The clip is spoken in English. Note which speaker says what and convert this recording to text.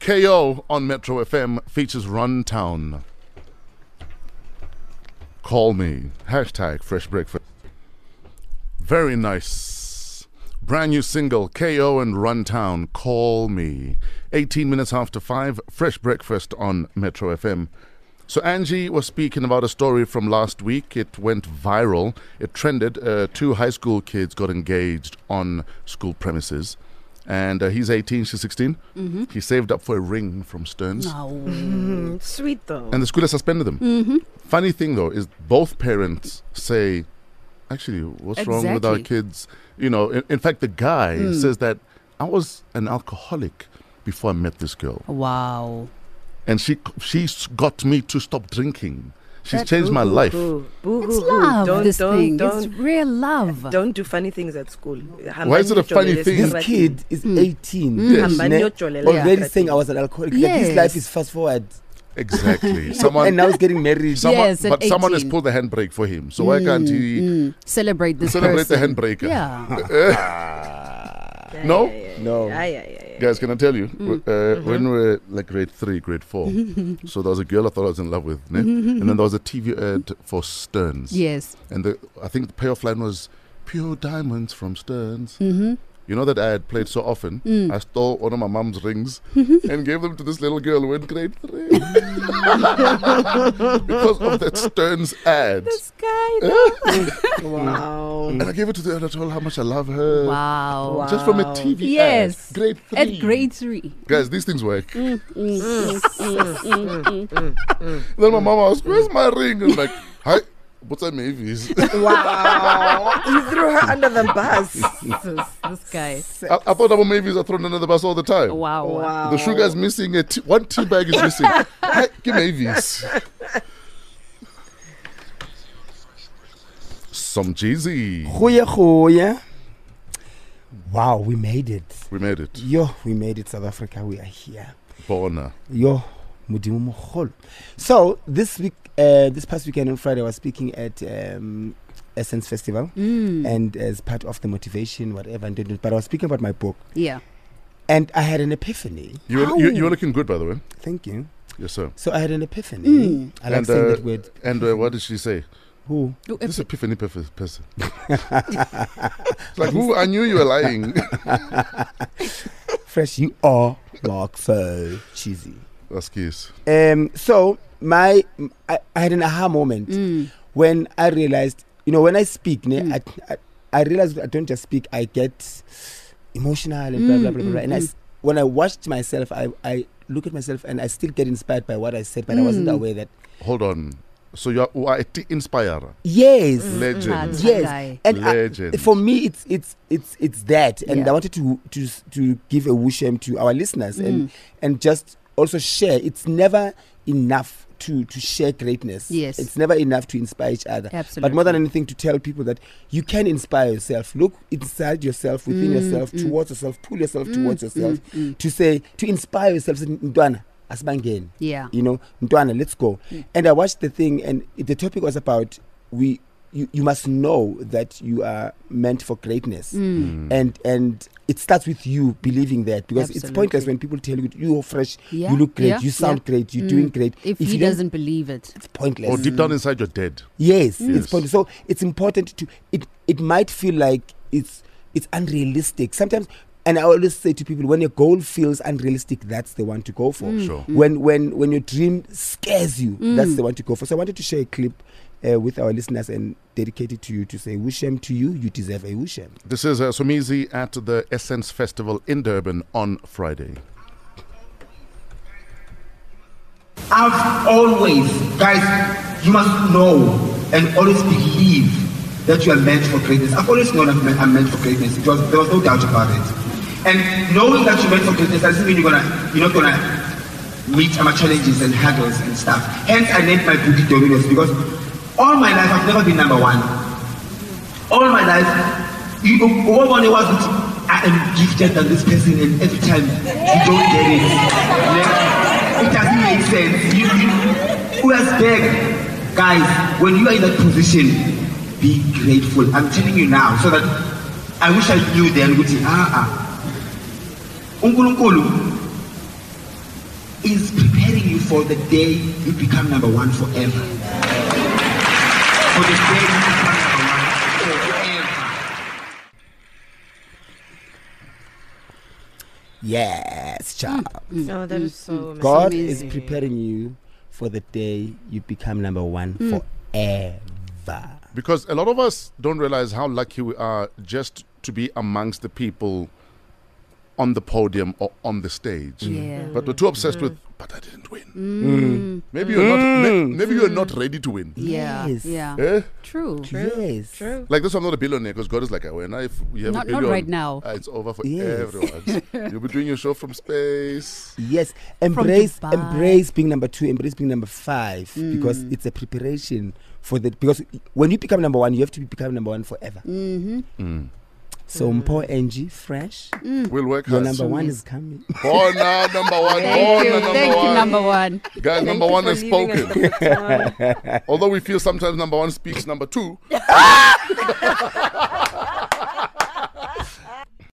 Speaker 1: KO on Metro FM features Runtown. Call me. Hashtag Fresh Breakfast. Very nice. Brand new single, KO and Runtown. Call me. 18 minutes after 5, Fresh Breakfast on Metro FM. So, Angie was speaking about a story from last week. It went viral, it trended. Uh, two high school kids got engaged on school premises. And uh, he's 18, she's 16. He saved up for a ring from Stearns.
Speaker 2: Mm, sweet though.
Speaker 1: And the school has suspended them.
Speaker 3: Mm-hmm.
Speaker 1: Funny thing though is both parents say, actually, what's wrong with our
Speaker 3: Exactly. Hmm.
Speaker 1: kids? You know, in, in fact, the guy says that I was an alcoholic before I met this girl,
Speaker 3: Wow.
Speaker 1: and she she s- got me to stop drinking. She's
Speaker 2: That
Speaker 1: changed my
Speaker 2: boo-hoo,
Speaker 1: life.
Speaker 2: Boo, boo,
Speaker 3: It's
Speaker 2: hoo, hoo.
Speaker 3: love,
Speaker 2: Don't,
Speaker 3: this
Speaker 2: don't,
Speaker 3: thing.
Speaker 2: Don't,
Speaker 3: It's real love.
Speaker 2: don't do funny things at school.
Speaker 1: Why is it a funny thing?
Speaker 4: This kid is
Speaker 3: Mm.
Speaker 4: 18.
Speaker 1: Yes.
Speaker 4: ne-
Speaker 2: Hambani yojolela
Speaker 4: Already
Speaker 2: ekhadini.
Speaker 4: saying I was an alcoholic. Like his life
Speaker 3: Yes.
Speaker 4: is fast forward.
Speaker 1: Exactly.
Speaker 4: And
Speaker 1: Someone,
Speaker 4: now he's getting married.
Speaker 1: someone
Speaker 3: Yes, at
Speaker 1: but someone has
Speaker 3: 18.
Speaker 1: pulled the handbrake for him. So why can't he
Speaker 3: Mm, celebrate this
Speaker 1: celebrate
Speaker 3: person.
Speaker 1: the handbrake?
Speaker 3: Yeah.
Speaker 1: No?
Speaker 4: No.
Speaker 2: Yeah, yeah, yeah, yeah.
Speaker 1: Guys, can I tell you?
Speaker 3: Mm.
Speaker 1: w- Uh,
Speaker 3: Mm-hmm.
Speaker 1: When we were like grade three, grade four, so there was a girl I thought I was in love with, ne? and then there was a TV ad for Stearns.
Speaker 3: yes.
Speaker 1: and the, I think the payoff line was pure diamonds from Stearns.
Speaker 3: Mm-hmm.
Speaker 1: You know that I had played so often.
Speaker 3: Mm.
Speaker 1: I stole one of my mum's rings and gave them to this little girl who went grade three because of that Stearns ad.
Speaker 2: Wow.
Speaker 1: and I gave it to the and I told her how much I love
Speaker 4: Uh,
Speaker 1: her.
Speaker 3: Wow.
Speaker 1: Just from a TV
Speaker 3: Yes.
Speaker 1: ad. Grade three.
Speaker 3: At grade three.
Speaker 1: Guys, these things work.
Speaker 2: Mm,
Speaker 1: then
Speaker 4: Mm.
Speaker 1: my mama asked, Where's my ring? I'm like, Hi, what's that, Mavis?
Speaker 2: Wow. he threw her under the bus.
Speaker 3: this, this guy.
Speaker 1: I, I thought our Mavis are thrown under the bus all the time.
Speaker 3: Wow.
Speaker 2: Wow.
Speaker 1: The sugar is missing. A t- one tea bag is missing. Hey, Give me these. Some Jeezy.
Speaker 4: Goeie, goeie. Wow, we made it.
Speaker 1: We made it.
Speaker 4: Yo, we made it, South Africa. We are here.
Speaker 1: Bona.
Speaker 4: Yo, Mudimu Mohol. So this week, uh, this past weekend on Friday, I was speaking at um, Essence Festival,
Speaker 3: Mm,
Speaker 4: and as part of the motivation, whatever. And did it, but I was speaking about my book,
Speaker 3: yeah.
Speaker 4: and I had an epiphany.
Speaker 1: You were, you, you were looking good, by the way.
Speaker 4: Thank you.
Speaker 1: Yes, sir.
Speaker 4: So I had an epiphany.
Speaker 3: Mm.
Speaker 4: I like
Speaker 1: And,
Speaker 4: saying
Speaker 1: uh,
Speaker 4: that word.
Speaker 1: And uh, what did she say?
Speaker 4: Who?
Speaker 1: This epiphany perf- person. It's like, who? I knew you were lying.
Speaker 4: Fresh. You are like so cheesy.
Speaker 1: That's kiss.
Speaker 4: Um. So my, I, I had an aha moment.
Speaker 3: Mm,
Speaker 4: when I realized, you know, when I speak, ne,
Speaker 3: Mm.
Speaker 4: I, I, I realized I don't just speak, I get emotional and blah, blah, blah, blah.
Speaker 3: Mm,
Speaker 4: blah. And I
Speaker 3: mm,
Speaker 4: s when I watched myself, I, I look at myself and I still get inspired by what I said, but I wasn't
Speaker 3: Mm.
Speaker 4: aware that,
Speaker 1: Hold on. So you are, you are a t- inspirer.
Speaker 4: yes.
Speaker 2: Hmm.
Speaker 1: Legend.
Speaker 2: Mm.
Speaker 3: That's a
Speaker 4: Yes.
Speaker 3: Ah, guy.
Speaker 4: And I-
Speaker 1: Legend.
Speaker 4: for me, it's it's it's it's that, and
Speaker 3: Yeah.
Speaker 4: I wanted to to s- to give a wish to our listeners,
Speaker 3: Mm.
Speaker 4: and and just also share. It's never enough to to share greatness.
Speaker 3: Yes.
Speaker 4: it's never enough to inspire each other. But more than anything, to tell people that you can inspire yourself. Look inside yourself, within
Speaker 3: Mm,
Speaker 4: yourself,
Speaker 3: mm.
Speaker 4: towards yourself, pull yourself
Speaker 3: Mm,
Speaker 4: towards yourself.
Speaker 3: mm, mm.
Speaker 4: To say, to inspire yourself, say, Ndwana, asibangeni."
Speaker 3: Yeah.
Speaker 4: you know, Ndwana, let's go.
Speaker 3: Mm.
Speaker 4: And I watched the thing, and it- the topic was about we. You, you must know that you are meant for greatness
Speaker 3: Mm,
Speaker 1: Mm.
Speaker 4: and and it starts with you believing that because it's pointless
Speaker 3: Absolutely.
Speaker 4: when people tell you you're fresh
Speaker 3: yeah.
Speaker 4: you look great
Speaker 3: yeah,
Speaker 4: you sound
Speaker 3: yeah.
Speaker 4: great you're
Speaker 3: Mm.
Speaker 4: doing great
Speaker 3: If,
Speaker 4: you
Speaker 3: he
Speaker 4: don't-
Speaker 3: doesn't believe it.
Speaker 4: it's pointless
Speaker 1: Or deep down inside, you're dead.
Speaker 4: Yes,
Speaker 1: Yes.
Speaker 4: it's important. So it's important to it. It might feel like it's it's unrealistic sometimes, and I always say to people when your goal feels unrealistic, that's the one to go for.
Speaker 1: Sure.
Speaker 4: When when when your dream scares you, that's
Speaker 3: Mm.
Speaker 4: the one to go for. So I wanted to share a clip uh, with our listeners and dedicate it to you to say, "Wishem to you, you deserve a wishem."
Speaker 1: This is uh, Sumizi at the Essence Festival in Durban on Friday.
Speaker 5: I've always, guys, you must know and always believe that you are meant for greatness. I've always known I'm meant, I'm meant for greatness. It was, there was no doubt about it. And knowing that you're meant for greatness doesn't mean you're gonna, you're not gonna meet my challenges and hurdles and stuff. Hence, I named my book Dominoes because all my life I've never been number one all my life, you all money was with, I am gifted than this person, and every time you don't get it, like, it doesn't make sense. You, you, who has begged, guys? When you are in that position, be grateful. I'm telling you now, so that I wish I knew then. Would say, ah, ah. uNkulunkulu is preparing you for the day you become number one forever. For the day you become number one forever.
Speaker 4: Yes, child.
Speaker 2: No, Oh, that is so amazing.
Speaker 4: God is preparing you for the day you become number one forever.
Speaker 1: Because a lot of us don't realize how lucky we are just to be amongst the people on the podium or on the stage.
Speaker 3: Yeah.
Speaker 1: But we're too obsessed with, but I didn't win.
Speaker 3: Mm.
Speaker 1: Maybe you're not. may- Maybe you're not ready to win.
Speaker 3: Yeah.
Speaker 4: Yes.
Speaker 3: Yeah.
Speaker 1: Eh?
Speaker 3: True.
Speaker 4: yes.
Speaker 2: True.
Speaker 1: Like this, I'm not a billionaire because God is like, when I if you have
Speaker 3: Not-
Speaker 1: a
Speaker 3: not
Speaker 1: billion,
Speaker 3: right now."
Speaker 1: ah, it's over for
Speaker 4: Yes.
Speaker 1: everyone. You'll be doing your show from space.
Speaker 4: Yes. Embrace
Speaker 3: Dubai. Mm.
Speaker 4: embrace being number two, embrace being number five. Because it's a preparation for the because when you become number one, you have to become number one forever.
Speaker 3: Mm-hmm. Mm.
Speaker 4: So Mpo Angie, fresh.
Speaker 3: Hmm.
Speaker 1: We'll work hard.
Speaker 4: Your number one is coming.
Speaker 1: Born now, number one. Born
Speaker 3: Thank you.
Speaker 1: number
Speaker 3: Thank
Speaker 1: one.
Speaker 3: you, number one.
Speaker 1: Guys, number one
Speaker 2: for
Speaker 1: is
Speaker 2: leaving us
Speaker 1: spoken. Although we feel sometimes number one speaks number two.